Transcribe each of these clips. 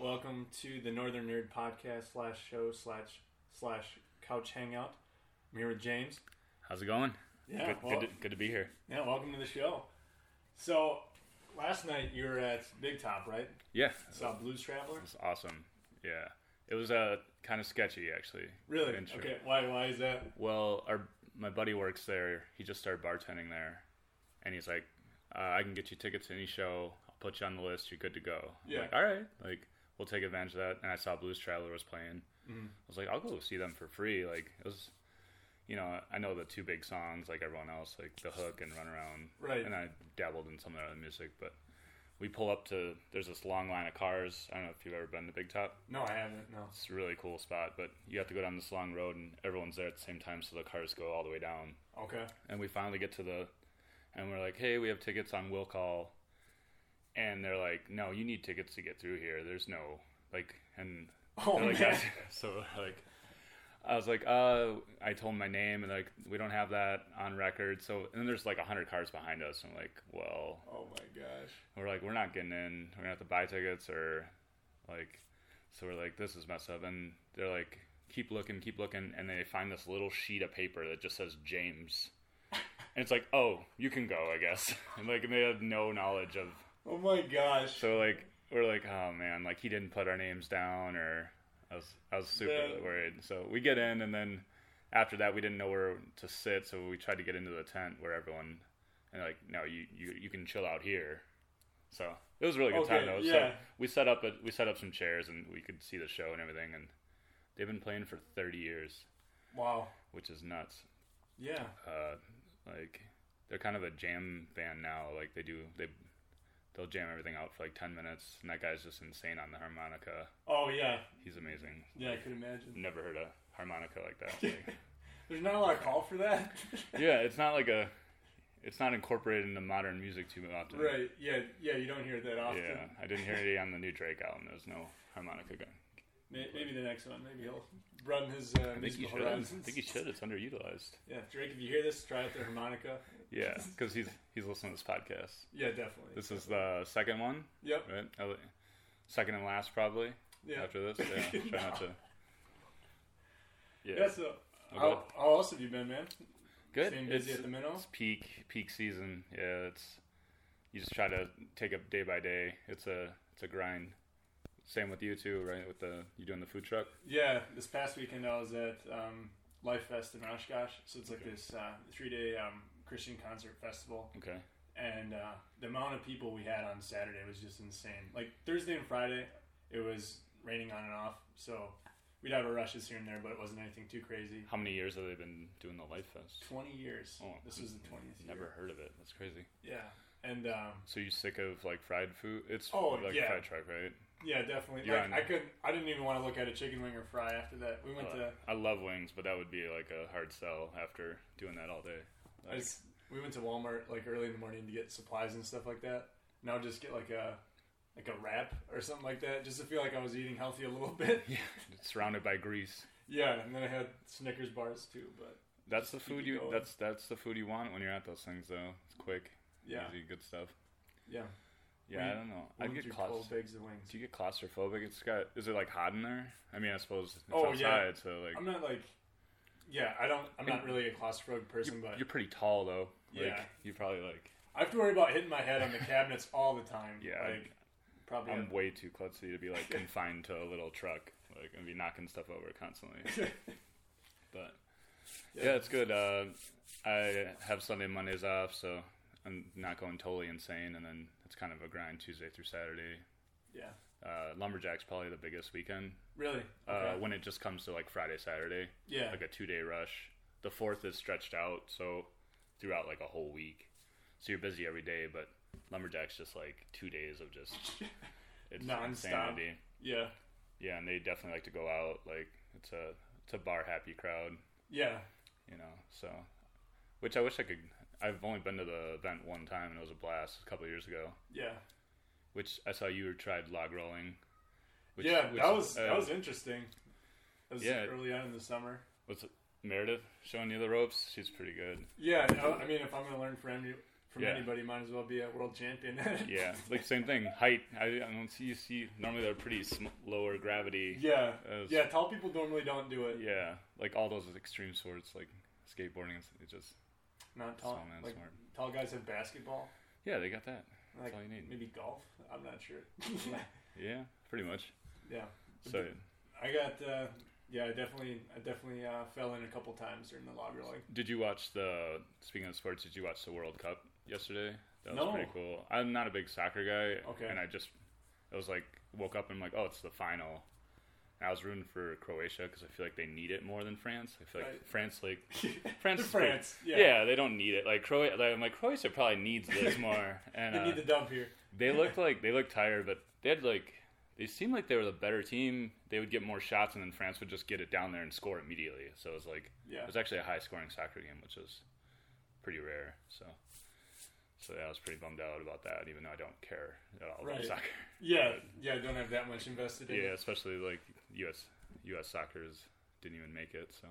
Welcome to the Northern Nerd Podcast slash show slash slash couch hangout. I'm here with James. How's it going? Yeah, good, well- good, to, good to be here. Yeah, welcome to the show. So last night you were at Big Top, right? Yeah, Saw Blues Traveler. it's awesome. Yeah, it was uh, kind of sketchy actually. Really? Adventure. Okay. Why? Why is that? Well, our my buddy works there. He just started bartending there, and he's like, uh, "I can get you tickets to any show. I'll put you on the list. You're good to go." I'm Yeah. like, all right. Like, we'll take advantage of that. And I saw Blues Traveler was playing. Mm-hmm. I was like, I'll go see them for free. Like, it was, you know, I know the two big songs like everyone else, like the hook and run around. Right. And I dabbled in some of the other music, but we pull up to there's this long line of cars. I don't know if you've ever been to Big Top. No, I haven't. No. It's a really cool spot, but you have to go down this long road, and everyone's there at the same time, so the cars go all the way down Okay. and we finally get to the and we're like hey we have tickets on will call and they're like no you need tickets to get through here there's no like and Oh they're like, man. so like i was like uh i told 'em my name and like we don't have that on record so and then there's like 100 cars behind us and i'm like well Oh my gosh. we're like we're not getting in we're gonna have to buy tickets or like so we're like this is messed up and they're like keep looking keep looking and they find this little sheet of paper that just says james and it's like oh you can go i guess and like they have no knowledge of Oh my gosh. so like we're like oh man like he didn't put our names down or i was i was super Yeah. worried so we get in and then after that we didn't know where to sit so we tried to get into the tent where everyone and they're like no you you, you can chill out here so it was a really good Okay, time though so yeah. we set up a, we set up some chairs and we could see the show and everything and they've been playing for 30 years wow. which is nuts Yeah. uh, like they're kind of a jam band now. Like they do they they'll jam everything out for like ten minutes, and that guy's just insane on the harmonica. Oh yeah. He's amazing. Yeah, I could imagine. Never heard a harmonica like that. Like, There's not a lot of call for that. yeah, it's not like a it's not incorporated into modern music too often. right. Yeah. Yeah. You don't hear it that often. Yeah, I didn't hear it on the new Drake album. There's no harmonica going. May- Maybe the next one. Maybe he'll broaden his uh, I think you musical should. I horizons. think you should. It's underutilized. Yeah, Drake. If you hear this, try out the harmonica. Yeah, because he's he's listening to this podcast. Yeah, definitely. This is the second one, Yep. right? Oh, Second and last, probably. Yeah. after this. Yeah, try not to. Yeah, Yeah. So, how, how else have you been, man? good. Staying It's, busy at the minnow. it's peak peak season. Yeah, it's you just try to take it day by day. It's a it's a grind. Same with you too, right? With the you doing the food truck. Yeah. This past weekend, I was at um, Life Fest in Oshkosh. So it's like Okay. this uh, three-day um, Christian concert festival, Okay. and uh, the amount of people we had on Saturday was just insane. Like Thursday and Friday, it was raining on and off, so we'd have our rushes here and there, but it wasn't anything too crazy. How many years have they been doing the Life Fest? Twenty years. Oh, this was the twentieth. Never heard of it. That's crazy. Yeah. And um, So you sick of like fried food? It's Oh, like yeah. fried truck, right? Yeah, definitely. You're Like, on- I could I didn't even want to look at a chicken wing or fry after that. We went to Uh, I love wings, but that would be like a hard sell after doing that all day. I just, we went to Walmart like early in the morning to get supplies and stuff like that. And I would just get like a like a wrap or something like that, just to feel like I was eating healthy a little bit. Yeah, surrounded by grease. yeah, and then I had Snickers bars too, but That's the Just keep food it you. going. That's that's the food you want when you're at those things, though. It's quick, yeah, easy, good stuff. yeah. Yeah, I We- don't know. We I went get through claustrophobic. cold bags of wings. Do you get claustrophobic? It's got. Is it like hot in there? I mean, I suppose it's Oh, yeah. outside, so like I'm not like, yeah, I don't. I'm not And- really a claustrophobic person, you, but are pretty tall though. Like, Yeah. You probably like. I have to worry about hitting my head on the cabinets all the time. Yeah, I- like probably. I'm way too klutzy to be like confined to a little truck, like and be knocking stuff over constantly. But yeah, it's good. Uh, I have Sunday and Mondays off, so I'm not going totally insane, and then it's kind of a grind Tuesday through Saturday. yeah, Uh, Lumberjack's probably the biggest weekend. really. Uh, Okay. when it just comes to like Friday, Saturday, yeah, like a two day rush. The fourth is stretched out, so throughout like a whole week. So you're busy every day, but Lumberjack's just like two days of just it's Nonstop. insanity. yeah. Yeah, and they definitely like to go out. Like it's a it's a bar happy crowd, Yeah. you know. So, which I wish I could. I've only been to the event one time, and it was a blast a couple of years ago. Yeah. Which I saw you tried log rolling. Which, yeah, which, that was uh, that was interesting. That was yeah. early on in the summer. What's it? Meredith showing you the ropes? She's pretty good. Yeah, no, I mean, if I'm gonna learn from any, from Yeah. anybody. Might as well be a world champion. Yeah, like same thing. Height. I, I don't see you see. Normally they're pretty sm- lower gravity. yeah, As- yeah. Tall people normally don't do it. Yeah, like all those extreme sports, like skateboarding. It's, it's just Not small tall. man Oh, like smart. tall guys have basketball. Yeah, they got that. That's Like all you need. maybe golf. I'm not sure. Yeah, pretty much. yeah, So I got. Uh, yeah, I definitely, I definitely uh, fell in a couple times during the logger leg. Did you watch the speaking of sports? Did you watch the World Cup yesterday? That was No. pretty cool. I'm not a big soccer guy, Okay. and I just I was like woke up and I'm like, oh, it's the final. And I was rooting for Croatia because I feel like they need it more than France. I feel like Right. France, like France, is pretty- France, yeah. yeah, they don't need it. Like Croatia, like, I'm like Croatia probably needs this more. And They uh, need the dump here. they looked like they looked tired, but they had like they seemed like they were the better team. They would get more shots, and then France would just get it down there and score immediately. So it was like Yeah. it was actually a high scoring soccer game, which is pretty rare. So so yeah, I was pretty bummed out about that, even though I don't care at all about Right. soccer. Yeah, yeah. Don't have that much invested in. Yeah, it. especially like U.S. U.S. soccer is, didn't even make it. So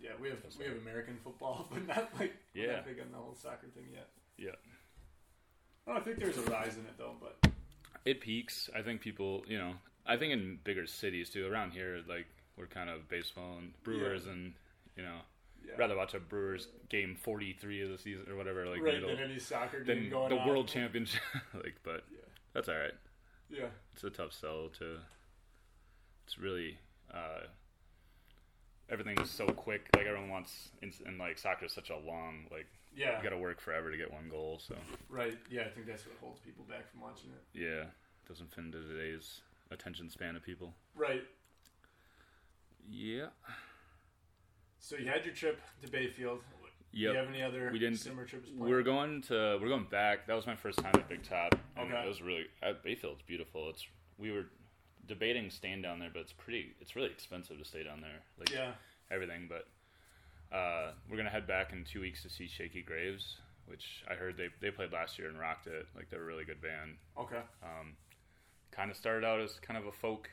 Yeah, we have we have American football, but not like we're Yeah. not big on the whole soccer thing yet. Oh, yeah, I don't think there's a rise in it though, but it peaks. I think people, you know, I think in bigger cities too. Around here, like we're kind of baseball and Brewers and you know. yeah. rather watch a Brewers game 43 of the season or whatever, like right middle, than any soccer than game going the on. World Championship. like, but Yeah. that's all right. Yeah, It's a tough sell to. It's really uh, everything is so quick. Like everyone wants, and, and like soccer is such a long like yeah, you got to work forever to get one goal. So right. Yeah, I think that's what holds people back from watching it. yeah, doesn't fit into today's attention span of people. Right. Yeah. So you had your trip to Bayfield. Do Yep. you have any other We didn't- similar trips planned? We're going to we're going back. That was my first time at Big Top, and Okay. it was really uh, Bayfield's beautiful. It's we were debating staying down there, but it's pretty. It's really expensive to stay down there, like yeah. everything. But uh, we're gonna head back in two weeks to see Shaky Graves, which I heard they they played last year and rocked it. Like they're a really good band. Okay. Um, kind of started out as kind of a folk,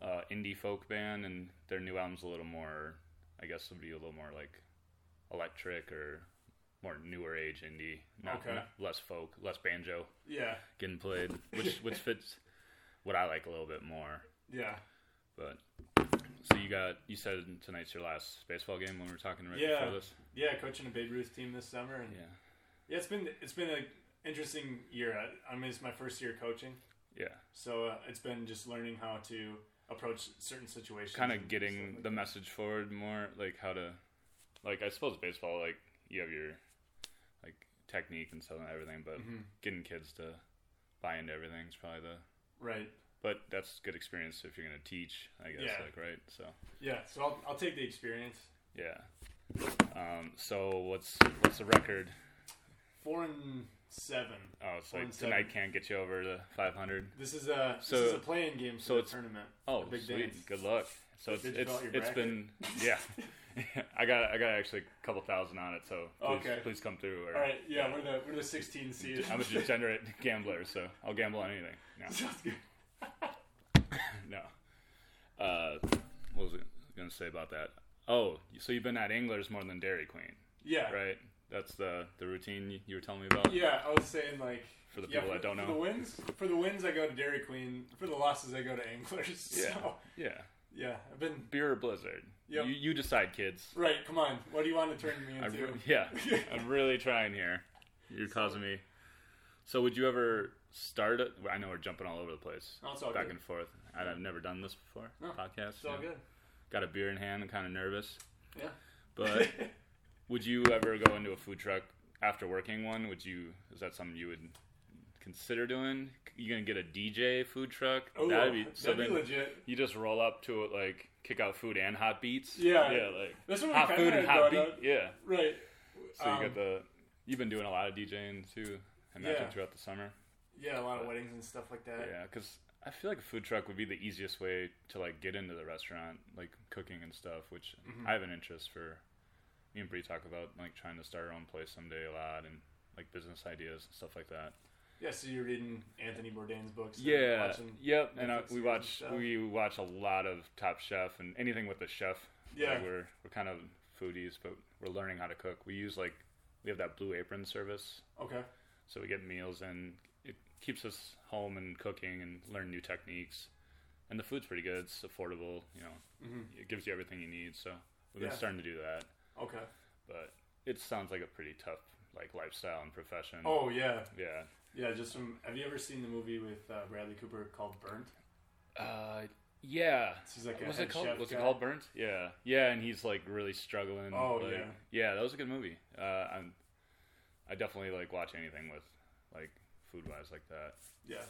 uh, indie folk band, and their new album's a little more, I guess, would be a little more like electric or more newer age indie, not, Okay. not- less folk, less banjo Yeah. getting played, which which fits what I like a little bit more. Yeah. But so you got you said tonight's your last baseball game when we were talking right Yeah. before this. Yeah. Coaching a Babe Ruth team this summer, and Yeah, yeah, it's been it's been an interesting year. I, I mean, it's my first year coaching. yeah, So uh, it's been just learning how to approach certain situations. kind of and getting stuff like the that. message forward more like how to like i suppose baseball like you have your like technique and stuff and everything but Mhm. getting kids to buy into everything is probably the right. but that's good experience if you're going to teach i guess Yeah. like right so Yeah. So I'll, I'll take the experience. yeah um so what's what's the record Four and seven. oh it's Four like and seven. tonight can't get you over the 500 This is a So- this is a playing game. So so it's it's- tournament. oh The big sweet dance. good luck so it's Did you it's, fill out your it's bracket? been yeah i got i got actually a couple thousand on it so please, Okay. please come through or, All right. Yeah, we're the we're the 16 seed. I'm a degenerate gambler, so I'll gamble on anything. Sounds good. No, no. Uh, what was I going to say about that? Oh, so you've been at Anglers more than Dairy Queen, Yeah. right? That's the the routine you- you were telling me about. Yeah, I was saying like For the yeah, people that don't for know. the wins for the wins I go to Dairy Queen. For the losses I go to Anglers. Yeah. So, Yeah. yeah, I've been Beer or Blizzard? Yep. You you decide, kids. right. Come on, what do you want to turn me I into? re- yeah, I'm really trying here. You're causing me. So would you ever start? A, I know we're jumping all over the place, No, Oh, it's all back good. and forth. and I've never done this before. No, podcast. It's all yeah. good. Got a beer in hand. I'm kind of nervous. Yeah. But would you ever go into a food truck after working one? Would you? Is that something you would consider doing? You gonna get a DJ food truck? Oh, that'd be that'd so. be then legit. you just roll up to it, like kick out food and hot beats. Yeah. yeah, like That's what we hot kinda food had and hot beat. going on. Yeah. Right. So Um, you got the. You've been doing a lot of DJing too. I imagine Yeah. Uh, throughout the summer. Yeah, a lot of weddings and stuff like that. Yeah, because I feel like a food truck would be the easiest way to like get into the restaurant, like cooking and stuff. Which Mm-hmm. I have an interest for. Me and Bree talk about like trying to start our own place someday a lot, and like business ideas and stuff like that. Yeah, so you're reading Anthony Bourdain's books. and Yeah, watching- yep. And Netflix I, series and we watch stuff. we watch a lot of Top Chef and anything with the chef. Yeah. Like, we're we're kind of foodies, but we're learning how to cook. We use like we have that Blue Apron service, Okay. so we get meals and it keeps us home and cooking and learn new techniques. And the food's pretty good. It's affordable. You know, Mhm. it gives you everything you need. So we've been Yeah. starting to do that, Okay. Mm-hmm. but it sounds like a pretty tough like lifestyle and profession. Oh yeah, yeah. yeah. Just from. Have you ever seen the movie with uh, Bradley Cooper called Burnt? Uh, yeah. He's like a What's head it called? chef What's guy. it called? Burnt? Yeah, yeah, and he's like really struggling. Oh, like- yeah. yeah. That was a good movie. Uh, I'm, I definitely like watch anything with like food wise like that. Yeah.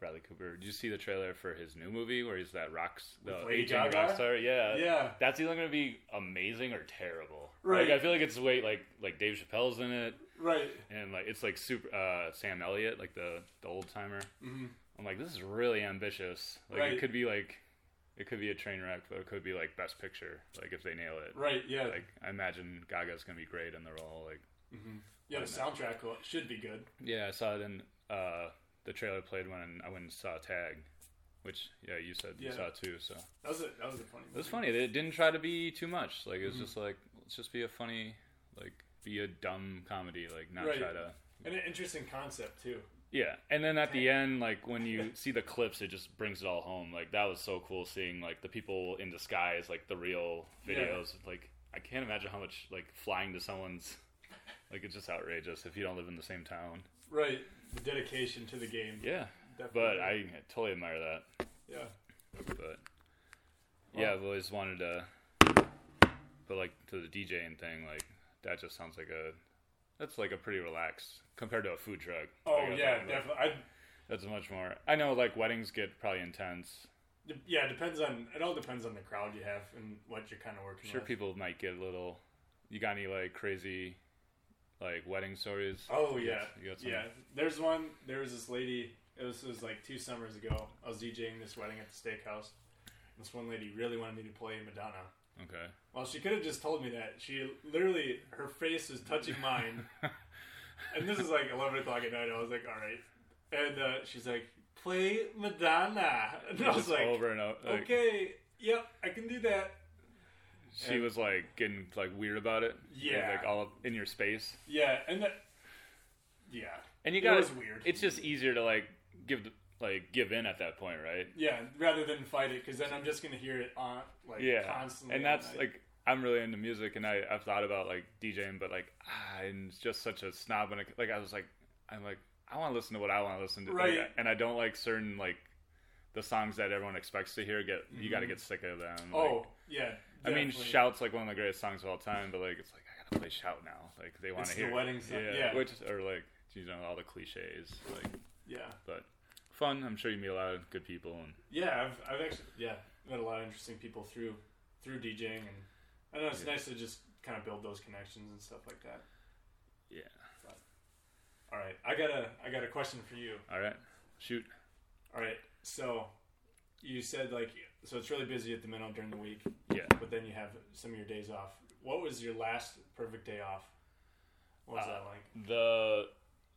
Bradley Cooper. Did you see the trailer for his new movie where he's that rocks With the Lady aging Gaga? rock star? Yeah, Yeah. That's either gonna be amazing or terrible. Right. Like, I feel like it's way like like Dave Chappelle's in it, Right. and like it's like super uh, Sam Elliott, like the the old timer. hmm I'm like, this is really ambitious. Like Right. it could be like it could be a train wreck, but it could be like best picture. Like if they nail it. Right. Yeah. Like I imagine Gaga's gonna be great in the role. Like hmm Yeah. The soundtrack will- should be good. yeah, I saw it in uh, the trailer played when I went and saw Tag, which yeah you said Yeah. you saw too. So That was a that was a funny. it was Movie. funny. It didn't try to be too much. Like it was Mhm. just like let's just be a funny like be a dumb comedy. Like not Right. try to And an interesting concept too. Yeah, and then at the end, like when you see the clips, it just brings it all home. Like that was so cool seeing like the people in disguise, like the real Yeah. videos. Like I can't imagine how much like flying to someone's like it's just outrageous if you don't live in the same town. Right. The dedication to the game. Yeah, Definitely. but I totally admire that. Yeah. But yeah, I've always wanted to. But like to the DJing thing, like that just sounds like a that's like a pretty relaxed compared to a food truck. Oh Like, I yeah, think, like, definitely. I That's much more. I know, like weddings get probably intense. De- Yeah, it depends on it all depends on the crowd you have and what you're kind of working I'm sure with. people might get a little. You got any like crazy, like wedding stories? oh You yeah, got- you got some- yeah. There's one. There was this lady. It was, it was like two summers ago. I was DJing this wedding at the steakhouse. This one lady really wanted me to play Madonna. Okay. Well, she could have just told me that. She literally, her face was touching mine, and this is like 11 o'clock at night. I was like, all right. And uh, she's like, play Madonna, and I was Just like, over and over. Like, okay, yep, I can do that. She was like getting like weird about it. Yeah. Like all up in your space, Yeah, and that, yeah. and you It got. was weird. It's just easier to like give the, like give in at that point, right? Yeah, rather than fight it, because then I'm just gonna hear it on like yeah. constantly. and all that's night. like I'm really into music, and I I've thought about like DJing, but like ah, I'm just such a snob, and like I was like I'm like I want to listen to what I want to listen to, like, Right. and I don't like certain like the songs that everyone expects to hear. Get you got to get sick of them. like- Mm-hmm. oh yeah. I mean, definitely. shout's like one of the greatest songs of all time, but like it's like I gotta play shout now. Like they want It's to the hear it. wedding song, yeah. which or like you know all the cliches, like Yeah, but fun. I'm sure you meet a lot of good people and yeah. I've, I've actually yeah met a lot of interesting people through through DJing, and I don't know it's Yeah. nice to just kind of build those connections and stuff like that. yeah. All right, I got a I got a question for you. All right, shoot. All right, so you said like so it's really busy at the minute during the week, Yeah. but then you have some of your days off. What was your last perfect day off? What was Uh, that like? The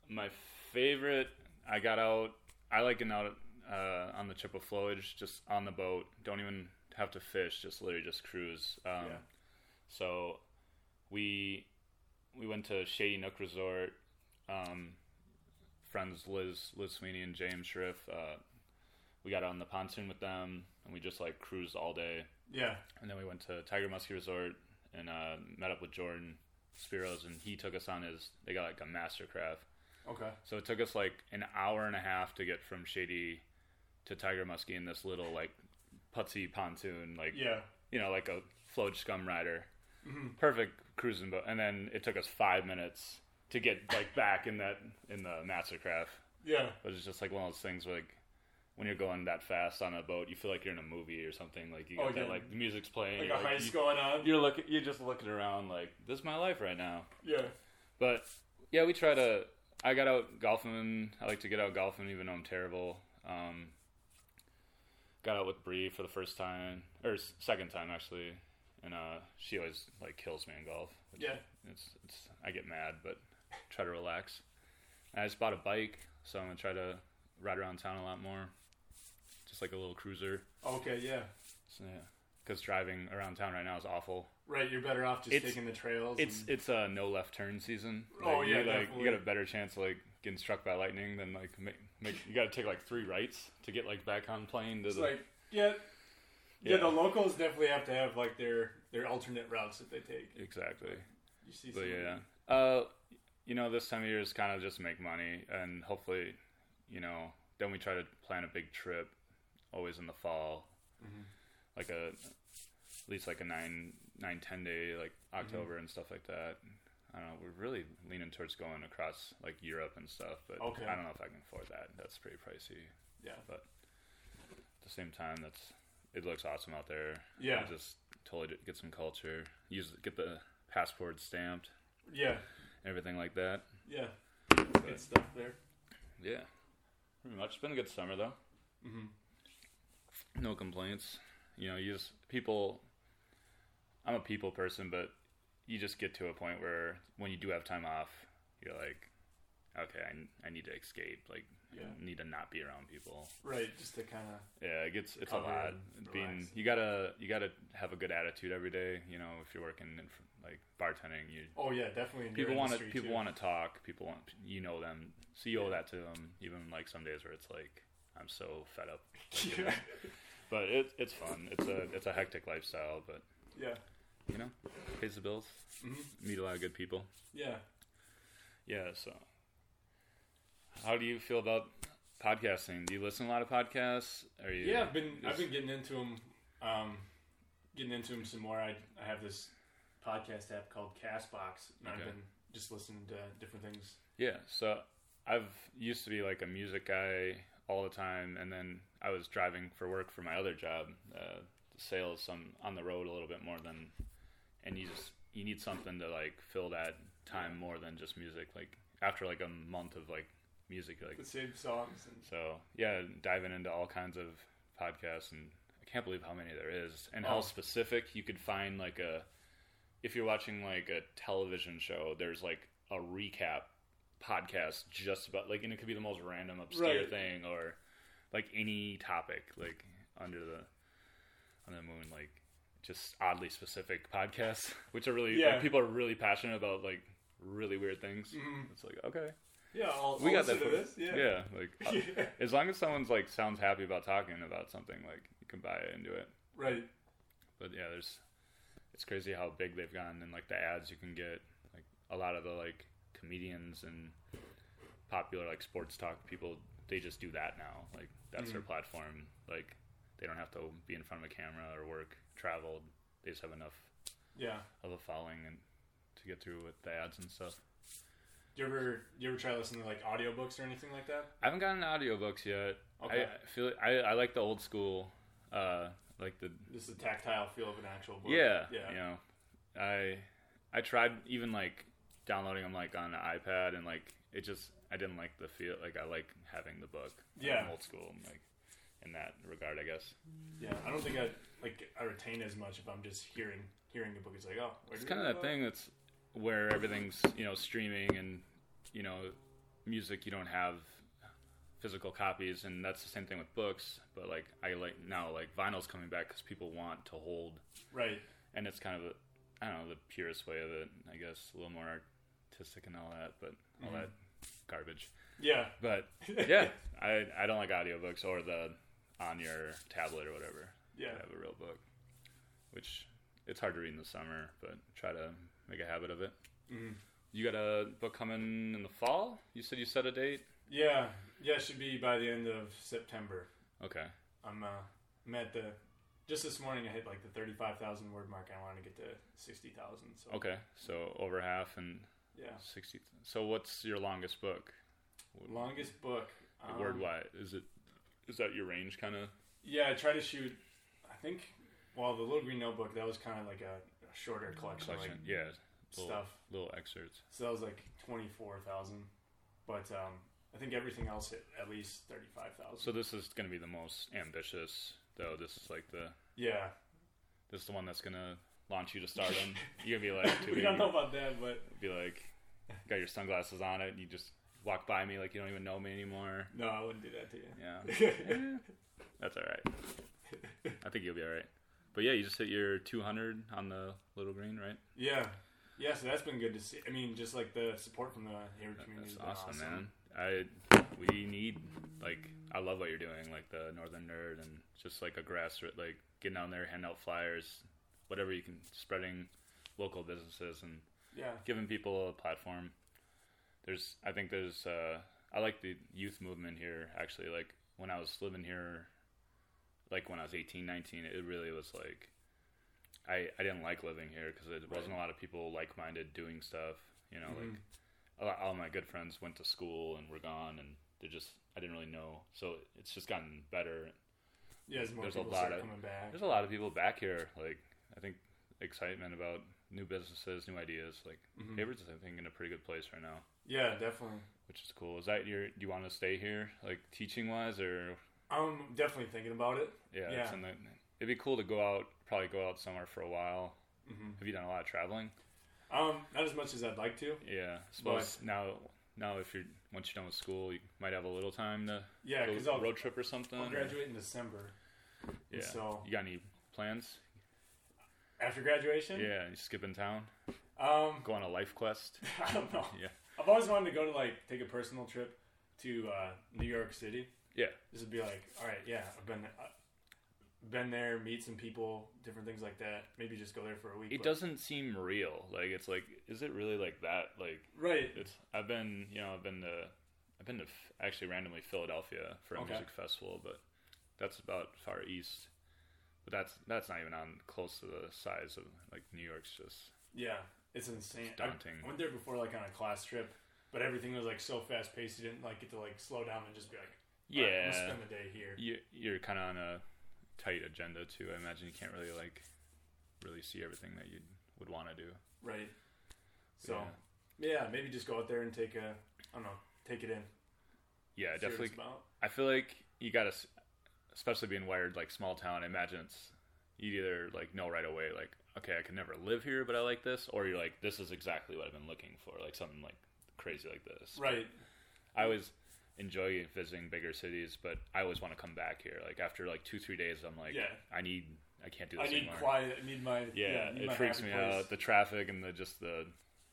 my favorite. I got out. I like getting out uh, on the Chippewa flowage, just on the boat. Don't even have to fish. Just literally just cruise. Um, Yeah. So we we went to Shady Nook Resort. Um, friends Liz Liz Sweeney and James Schriff. Uh, we got on the pontoon with them, and we just like cruised all day. Yeah, And then we went to Tiger Muskie Resort and uh, met up with Jordan Spiros, and he took us on his. They got like a mastercraft, okay, so it took us like an hour and a half to get from Shady to Tiger Muskie in this little like putsy pontoon, like yeah. Mm-hmm. you know, like a float scum rider. Perfect cruising boat, and then it took us five minutes to get like back in that in the mastercraft. Yeah, But it's just like one of those things where like when you're going that fast on a boat, you feel like you're in a movie or something. Like you Oh, got that yeah. like the music's playing, like a you're, like, heist you- going on. you're looking you're just looking around like this is my life right now Yeah, but yeah we try to i got out golfing i like to get out golfing even though i'm terrible um got out with Bree for the first time or s- second time actually and uh she always like kills me in golf which yeah. it's, it's i get mad but try to relax and i just bought a bike so i'm gonna try to ride around town a lot more just like a little cruiser Okay, yeah. so yeah because driving around town right now is awful. Right, you're better off just It's- taking the trails. It's and- it's a no left turn season. Oh, yeah, Like, you, like, definitely. you got a better chance of, like getting struck by lightning than like make, make you got to take like three rights to get like back on plane. To it's the, like yeah, yeah. Yeah. The locals definitely have to have like their their alternate routes that they take. exactly. You see, But some- yeah, uh, you know, this time of year is kind of just to make money, and hopefully, you know, then we try to plan a big trip, always in the fall, Mm-hmm. like a at least like a nine nine ten day like October Mm-hmm. and stuff like that. I don't know. We're really leaning towards going across like Europe and stuff, but Okay. I don't know if I can afford that. That's pretty pricey. yeah, But at the same time, that's it looks awesome out there. Yeah. I just totally d- get some culture. Use get the passport stamped yeah, everything like that. yeah. Good stuff there. Yeah, pretty much. It's been a good summer though. Mm-hmm. No complaints. You know, you just people. I'm a people person, but you just get to a point where when you do have time off, you're like, okay, I, I need to escape. Like, Yeah. I need to not be around people. Right, just to kind of Yeah, it gets it's a Cover lot. and Being relax. you gotta you gotta have a good attitude every day. You know, if you're working in fr- like bartending, you oh yeah, definitely. In people want want to people want to talk people want you know them so you owe that to them even like some days where it's like i'm so fed up Yeah, but it, it's fun it's a it's a hectic lifestyle but yeah, Mm-hmm. you know pays the bills meet a lot of good people yeah. yeah so how do you feel about podcasting do you listen to a lot of podcasts are you Yeah, I've been I've is- been getting into them, um, getting into them some more. I I have this podcast app called Castbox, and I've Okay. been just listening to different things. Yeah, so I've used to be like a music guy all the time, and then I was driving for work for my other job, uh, sales. So I'm on the road a little bit more than, and you just you need something to like fill that time more than just music. Like after like a month of like music, you're like The same songs and so yeah, diving into all kinds of podcasts, and I can't believe how many there is, and Oh. how specific you could find like a. If you're watching like a television show, there's like a recap podcast just about like, and it could be the most random obscure Right. thing or like any topic like under the under the moon like just oddly specific podcasts which are really Yeah. like, people are really passionate about like really weird things it's like okay mm, yeah, I'll, we I'll got listen that for to this. Yeah, yeah like uh, Yeah. as long as someone's like sounds happy about talking about something like you can buy into it right. but yeah there's it's crazy how big they've gone and like the ads you can get like a lot of the like comedians and popular like sports talk people they just do that now like that's their platform like they don't have to be in front of a camera or work travel they just have enough Yeah. of a following and to get through with the ads and stuff Do you ever do you ever try listening to like audiobooks or anything like that? I haven't gotten audiobooks yet. Okay. I I feel I, I like the old school, uh, like the Just the tactile feel of an actual book. yeah, yeah, You know, I I tried even like downloading them like on an iPad and like it just I didn't like the feel. Like I like having the book. Yeah. I'm old school, like in that regard, I guess. yeah. I don't think I like I retain as much if I'm just hearing hearing a book. It's like oh, It's kind of that thing that's where everything's you know streaming and you know music you don't have physical copies and that's the same thing with books but like i like now like vinyl's coming back because people want to hold Right. and it's kind of a i don't know the purest way of it i guess a little more artistic and all that but all Mm-hmm. that garbage Yeah. but yeah i i don't like audiobooks or the on your tablet or whatever Yeah. I have a real book which it's hard to read in the summer but try to make a habit of it Mm-hmm. you got a book coming in the fall you said you set a date Yeah. Yeah. It should be by the end of September. okay I'm uh, I'm at the just this morning I hit like the thirty five thousand word mark. I want to get to sixty thousand. So okay so over half and yeah, 60 so what's your longest book longest book. Um, word wise is it is that your range kind of Yeah, I try to shoot. I think well, the Little Green Notebook that was kind of like a, a shorter collection, collection like yeah little, stuff. little excerpts So that was like twenty four thousand, but um, I think everything else hit at least thirty five thousand. so this is going to be the most ambitious though this is like the yeah, this is the one that's gonna launch you to stardom. You're gonna be like, to we be, don't know about that, but be like, got your sunglasses on it, and you just walk by me like you don't even know me anymore. no, I wouldn't do that to you. Yeah, Eh, that's all right. I think you'll be all right. But yeah, you just hit your 200 on the little green, right? Yeah. Yeah, so that's been good to see. I mean, just like the support from the Hayward community. That's has been awesome, man. I we need like I love what you're doing, like the Northern Nerd and just like a grassroots, like getting out there, handing out flyers, whatever you can, spreading local businesses and Yeah. giving people a platform. There's, I think there's, uh, I like the youth movement here. Actually, like when I was living here, like when I was 18, 19, it really was like, I, I didn't like living here because there wasn't a lot of people like minded doing stuff. You know, Mm-hmm. like a lot, all my good friends went to school and were gone, and they just I didn't really know. So it's just gotten better Yeah, there's more There's a people lot start of- coming back. there's a lot of people back here. Like I think excitement about new businesses, new ideas. Like Mhm. Hayward's, I think, in a pretty good place right now, Yeah, definitely. which is cool. Is that your? Do you want to stay here, like teaching wise, or I'm definitely thinking about it. yeah? Yeah. It's in the, it'd be cool to go out. Probably go out somewhere for a while. Mhm. Have you done a lot of traveling? Um, not as much as I'd like to. Yeah. Suppose now, now if you're once you're done with school, you might have a little time to Yeah, go because I'll, road trip or something. I'll or- graduate in December. yeah. so- you got any plans? After graduation? Yeah. You skip in town. Um, Go on a life quest. I don't know. Yeah. I've always wanted to go to like take a personal trip to uh, New York City. Yeah. This would be like, all right, yeah, I've been, uh, been there, meet some people, different things like that. Maybe just go there for a week. it but- doesn't seem real. Like it's like, is it really like that? Like Right. it's. I've been, you know, I've been to, I've been to f- actually randomly Philadelphia for a Okay. music festival, but that's about far east. But that's that's not even on close to the size of like New York's. Just Yeah, it's insane. It's I- daunting. I went there before, like on a class trip, but everything was like so fast paced. You didn't like get to like slow down and just be like, "All right, I'm yeah, gonna spend the day here. you, you're kind of on a tight agenda too. I imagine you can't really like really see everything that you would want to do. Right. So Yeah. yeah. maybe just go out there and take a, I don't know, take it in. Yeah, see what definitely it's about. I feel like you gotta, s- especially being wired like small town. I imagine it's you either like know right away, like okay, I could never live here, but I like this, or you're like this is exactly what I've been looking for, like something like crazy like this. Right. I always enjoy visiting bigger cities, but I always want to come back here. Like after like two three days, I'm like, Yeah. I need, I can't do I this need anymore. quiet. I need my Yeah, I need it my freaks me happy place. out. The traffic and the just the,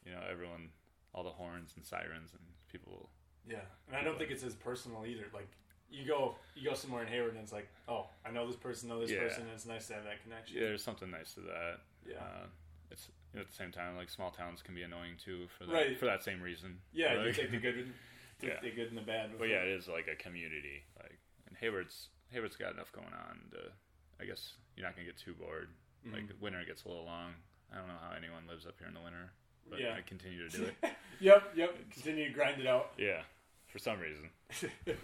you know, everyone, all the horns and sirens and people. Yeah, and I don't think it's as personal either. Like you go you go somewhere in Hayward and it's like, oh, I know this person, know this Yeah. person. And it's nice to have that connection. Yeah, there's something nice to that. Yeah. Uh, it's you know, at the same time like small towns can be annoying too for that Right. for that same reason. Yeah, you Like- take the good, with- take Yeah. the good and the bad. with but it. yeah, it is like a community. Like and Hayward's Hayward's got enough going on. To, I guess you're not gonna get too bored. Mm-hmm. Like winter gets a little long. I don't know how anyone lives up here in the winter, but Mm. Yeah. I continue to do it. Yep, yep. Continue to grind it out. yeah, for some reason. Yeah.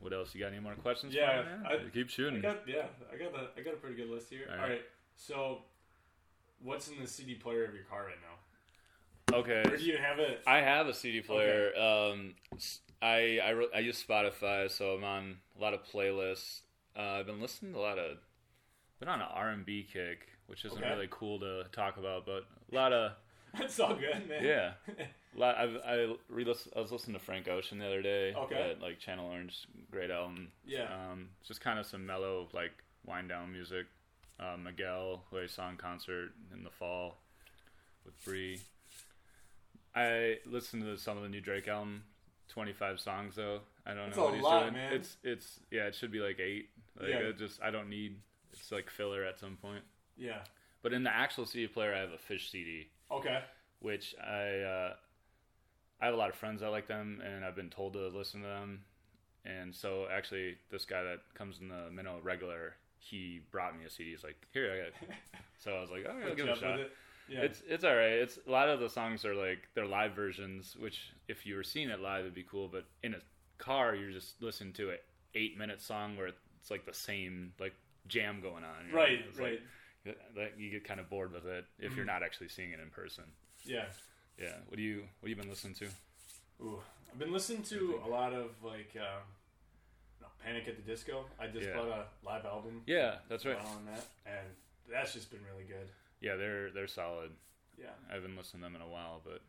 What else? You got any more questions? for me, Yeah, man? I- keep I shooting. got yeah, I got a, I got a pretty good list here. Hmm. All right. All right, so what's in the CD player of your car right now? okay. Or do you have it? I have a CD player. Um, s- I, I re- I use Spotify, so I'm on a lot of playlists. Uh, I've been listening to a lot of, been on an R&B kick, which isn't Okay. really cool to talk about, but a lot of It's all good, man. yeah. A lot, I've, I re I was listening to Frank Ocean the other day. Okay. that, like Channel Orange, great album. Yeah. Um, it's just kind of some mellow like wind down music. Uh, Miguel, who I saw in concert in the fall with Bree. I listened to some of the new Drake album. Twenty five songs though. I don't That's know a what he's lot, doing. man. It's it's yeah. It should be like eight. Like Yeah. it just I don't need. It's like filler at some point. Yeah. But in the actual CD player, I have a Fish CD Okay. which I uh, I have a lot of friends that like them, and I've been told to listen to them. And so, actually, this guy that comes in the Minnow regular, he brought me a CD. He's like, "Here, I got." It. So I was like, "All right, I'll Hooked give it a up shot." with it. Yeah. It's it's all right. It's a lot of the songs are like they're live versions, which if you were seeing it live, it'd be cool. But in a car, you're just listening to an eight minute song where it's like the same like jam going on. you know? right. It's Right. Mm-hmm. like- like, you get kind of bored with it if you're not actually seeing it in person. yeah. Yeah. What do you What you been listening to? Ooh, I've been listening to a lot of like uh, no, Panic at the Disco. I just Yeah. bought a live album Yeah, that's right. on that, and that's just been really good. Yeah, they're they're solid. Yeah. I haven't listened to them in a while, but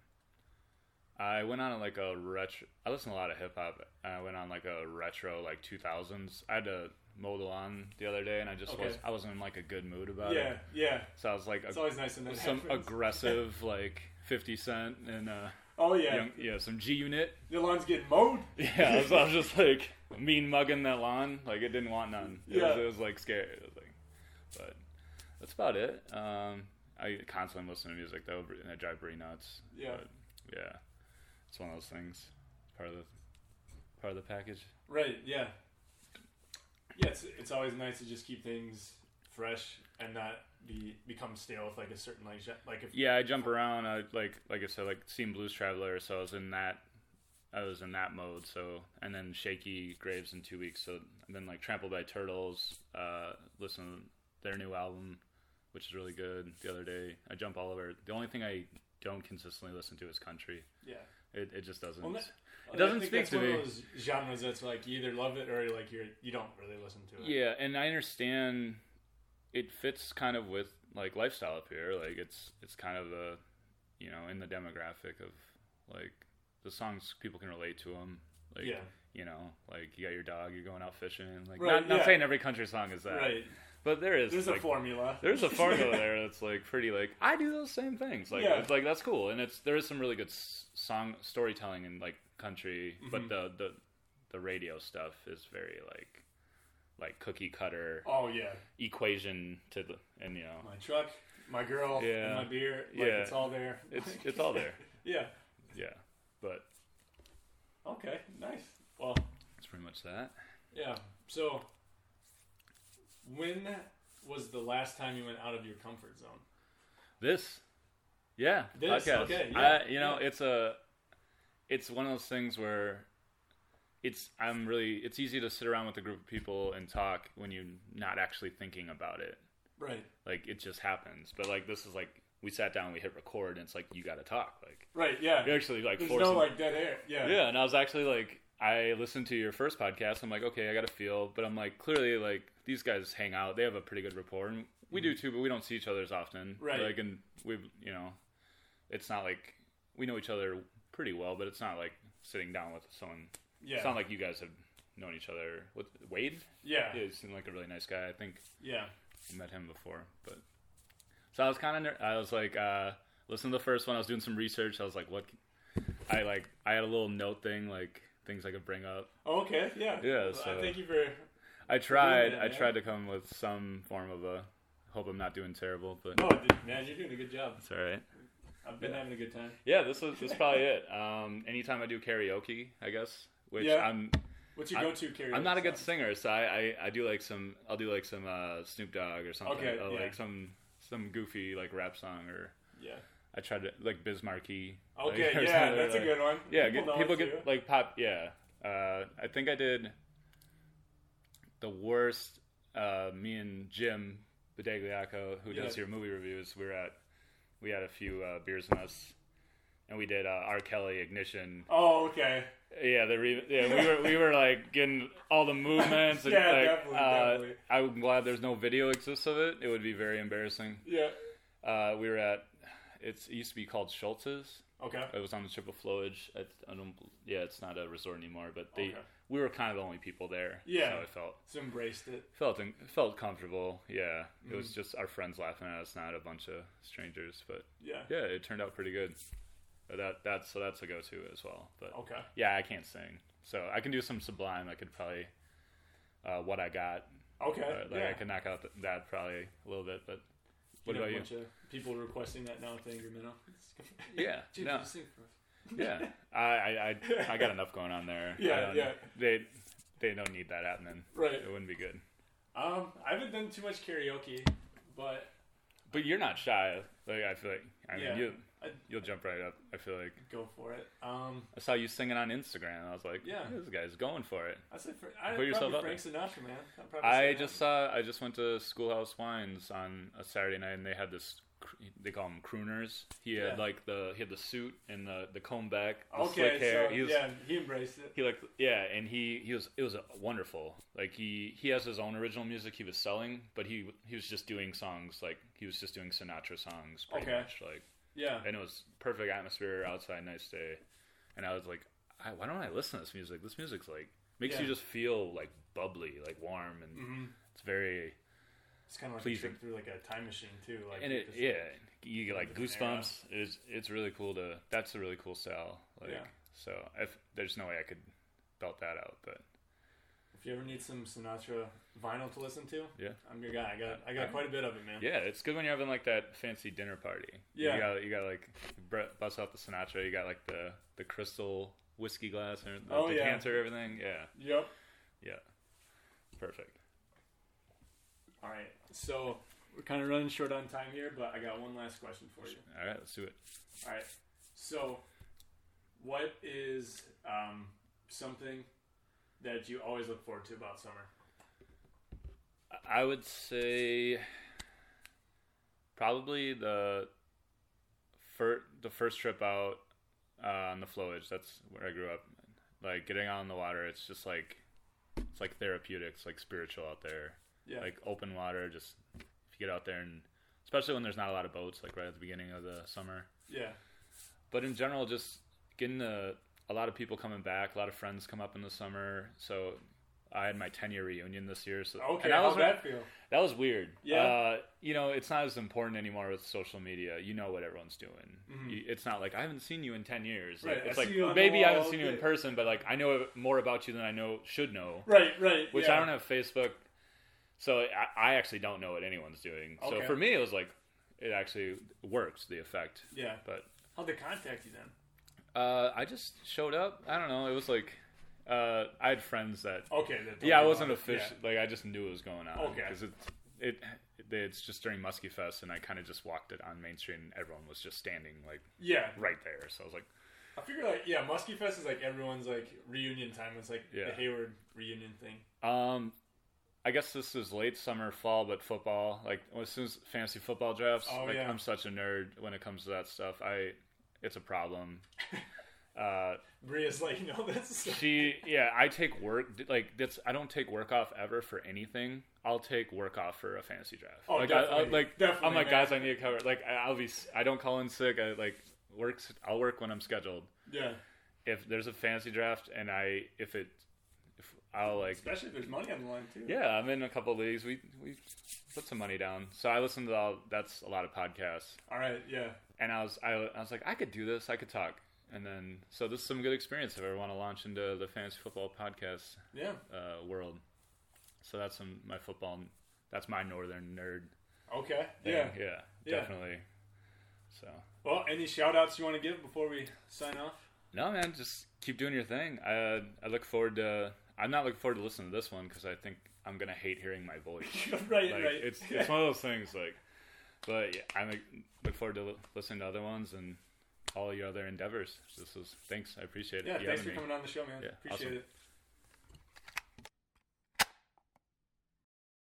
I went on like a retro. I listen to a lot of hip hop. and I went on like a retro like 2000s. I had to mow the lawn the other day, and I just Okay. was I wasn't in like a good mood about yeah, it. yeah. So I was like It's a, always nice in that some happens. aggressive like Fifty Cent and uh, Oh yeah, young, yeah some G Unit. your lawn's getting mowed. Yeah, I was, I was just like mean mugging that lawn. Like it didn't want none. It, Yeah. was, it was like scary. It was like, but that's about it. Um, I constantly listen to music though, and I drive Bree nuts. Yeah. But, yeah, it's one of those things. Part of the part of the package. Right. Yeah. Yeah. It's it's always nice to just keep things fresh and not be become stale with like a certain like gen- like if Yeah, I jump around. I like like I said, like seen Blues Traveler, so I was in that. I was in that mode. So and then Shaky Graves in two weeks. So and then like Trampled by Turtles. Uh, listen to their new album, which is really good. The other day, I jump all over. The only thing I don't consistently listen to is country. yeah. It it just doesn't. Well, It doesn't I think that's speak to one me. Of those genres that's like you either love it or like you're you don't really listen to it. Yeah, and I understand it fits kind of with like lifestyle up here. Like it's it's kind of a you know in the demographic of like the songs people can relate to them. Like Yeah. you know, like you got your dog, you're going out fishing. Like Right, not, not yeah. saying every country song is that, Right. but there is There's like, a formula. there's a formula there that's like pretty like I do those same things. Like Yeah. it's like that's cool, and it's there is some really good s- song storytelling in like country, Mm-hmm. but the the the radio stuff is very like like cookie cutter oh yeah. equation to the and you know My truck, my girl, and Yeah. my beer. Like Yeah. it's all there. it's it's all there. yeah. Yeah, but Okay. Nice. Well, it's pretty much that. yeah. So when was the last time you went out of your comfort zone? This, yeah, This, podcast. okay, yeah, I, you know, yeah. it's a, it's one of those things where, it's I'm really it's easy to sit around with a group of people and talk when you're not actually thinking about it. Right. Like it just happens. But like this is like we sat down, we hit record, and it's like you got to talk. Like Right. Yeah. you're actually like There's forcing. no like dead air. Yeah. yeah, and I was actually like. I listened to your first podcast. I'm like, okay, I got to feel, but I'm like, clearly, like these guys hang out. They have a pretty good rapport, and we do too, but we don't see each other as often. Mm-hmm. Right. Like, and we, you know, it's not like we know each other pretty well, but it's not like sitting down with someone. Yeah. It's not like you guys have known each other. With Wade, yeah. yeah, he seemed like a really nice guy. I think Yeah. met him before, but so I was kind of ner- I was like uh listen to the first one. I was doing some research. I was like, what? I like I had a little note thing like things I could bring up. Oh, Okay. Yeah. Yeah, Well, so- Thank you for. I tried that, I man. tried to come with some form of a hope I'm not doing terrible, but No, oh, dude, man, you're doing a good job. it's all right. I've been Yeah. having a good time. Yeah, this was this is probably it. Um, anytime I do karaoke, I guess, which Yeah. I'm What's your I'm- go-to karaoke? I'm not a good song? singer, so I, I, I do like some I'll do like some uh, Snoop Dogg or something, Okay, or yeah. like some some goofy like rap song or Yeah. I tried to like Bismarcky. Okay. yeah, that's a good one. Yeah, people, know get, people it get too. like pop. Yeah, uh, I think I did the worst. Uh, me and Jim Bedagliaco, who does Yeah. your movie reviews, we were at. We had a few uh, beers in us, and we did uh, R. Kelly Ignition. Oh, okay. Yeah, the re- yeah we were we were like getting all the movements. And, Yeah, like, definitely, uh, definitely. I'm glad there's no video exists of it. It would be very embarrassing. Yeah. Uh, we were at. It's, it used to be called Schultz's. Okay. It was on the Triple Flowage. I, I don't. Yeah, it's not a resort anymore, but they Okay. we were kind of the only people there. Yeah. so I felt So embraced it. felt in, felt comfortable. Yeah, it Mm. was just our friends laughing at us, not a bunch of strangers. But Yeah. yeah, it turned out pretty good. But that that's so that's a go to as well. But Okay. yeah, I can't sing, so I can do some Sublime. I could probably uh, what I got. Okay. Uh, like yeah. I could knock out th- that probably a little bit. But what You know, about a you? bunch of people requesting that now. Thank you, Minnow. Yeah, Dude, no. you sing for us. yeah, I, I I I got enough going on there. Yeah, I don't- yeah. They they don't need that happening. Right. It wouldn't be good. Um, I haven't done too much karaoke, but But you're not shy. Like I feel like I mean Yeah. you I you'll jump right up. I feel like go for it. Um, I saw you singing on Instagram. and I was like, Yeah. this guy's going for it. I said, for, I Put yourself probably Frank out Sinatra, man. I'd probably say I that. just saw. I just went to Schoolhouse Wines on a Saturday night, and they had this. cr- They call them crooners. He had Yeah. like the he had the suit and the the comb back, the okay. slick hair. So, he was yeah, he embraced it. he like yeah and he he was it was wonderful like he he has his own original music he was selling but he he was just doing songs like he was just doing sinatra songs pretty Okay. much like Yeah, and it was perfect atmosphere outside nice day and i was like I, why don't i listen to this music this music's like Makes you Yeah. just feel like bubbly, like warm, and hmm it's very It's kind of like Pleasing. a trip through like a time machine too. Like and it just- yeah you get like Different goosebumps. It's it's really cool to that's a really cool style. Like Yeah. so if there's no way I could belt that out, but If you ever need some Sinatra vinyl to listen to, Yeah. I'm your guy. I got I got I'm- quite a bit of it, man. yeah, it's good when you're having like that fancy dinner party. Yeah. you got you got like bre- bust out the Sinatra. You got like the the crystal whiskey glass and the Oh, yeah. decanter, everything. Yeah, Yep. yeah, perfect. All right. So we're kind of running short on time here, but I got one last question for you. All right, let's do it. All right. So, what is um, something that you always look forward to about summer? I would say probably the fir- the first trip out uh, on the flowage. That's where I grew up. Like getting out on the water, it's just like it's like therapeutic, it's like spiritual out there. Yeah. Like open water, just if you get out there and especially when there's not a lot of boats, like right at the beginning of the summer. yeah. But in general, just getting the a lot of people coming back, a lot of friends come up in the summer. So I had my ten year reunion this year. So Okay. and I How's was- that feel? that was weird. Yeah. Uh, you know, it's not as important anymore with social media. You know what everyone's doing. You- It's not like I haven't seen you in ten years. Like, Mm-hmm. Right, I It's see like you on the maybe I haven't wall, seen you in okay. person, but like I know more about you than I know should know. Right. Right. Which yeah. I don't have Facebook, so I, I actually don't know what anyone's doing. Okay. So for me, it was like it actually works the effect. Yeah. But How'd they contact you then? uh, I just showed up. I don't know. It was like uh, I had friends that Okay. that don't Yeah, I know wasn't about it. official. Like I just knew it was going on. Okay. Because it, it, it's just during Muskie Fest, and I kind of just walked it on Main Street, and everyone was just standing like Yeah. yeah. right there. So I was like, I figure like yeah, Muskie Fest is like everyone's like reunion time. It's like Yeah. the Hayward reunion thing. um, I guess this is late summer, fall, but football. Like as soon as fantasy football drafts, Oh, like yeah. I'm such a nerd when it comes to that stuff. I, it's a problem. Uh, Bria's like, you know, that's she, yeah, I take work like that's. I don't take work off ever for anything. I'll take work off for a fantasy draft. Oh, like, I, I, definitely. like Definitely, I'm like, man. guys, I need a cover. Like, I- I'll be. s- I don't call in sick. I like works. I'll work when I'm scheduled. yeah. If there's a fantasy draft and I, if it, if I'll like, Especially if there's money on the line too. yeah, I'm in a couple leagues. We we put some money down. So I listened to all. That's a lot of podcasts. All right. Yeah. And I was I, I was like, I could do this. I could talk. And then so this is some good experience if I ever want to launch into the fantasy football podcast Yeah. uh, world. So that's some, my football. That's my northern nerd. Okay. thing. Yeah. yeah, Yeah. definitely. So Well, any shout outs you want to give before we sign off? no, man, just keep doing your thing. I I look forward to. I'm not looking forward to listening to this one because I think I'm gonna hate hearing my voice. right. Like, right. It's yeah. it's one of those things. Like, but yeah, I look- look forward to li- listening to other ones and all your other endeavors. This is thanks. I appreciate it. Yeah, you thanks having for me. coming on the show, man. Yeah, Appreciate awesome. it.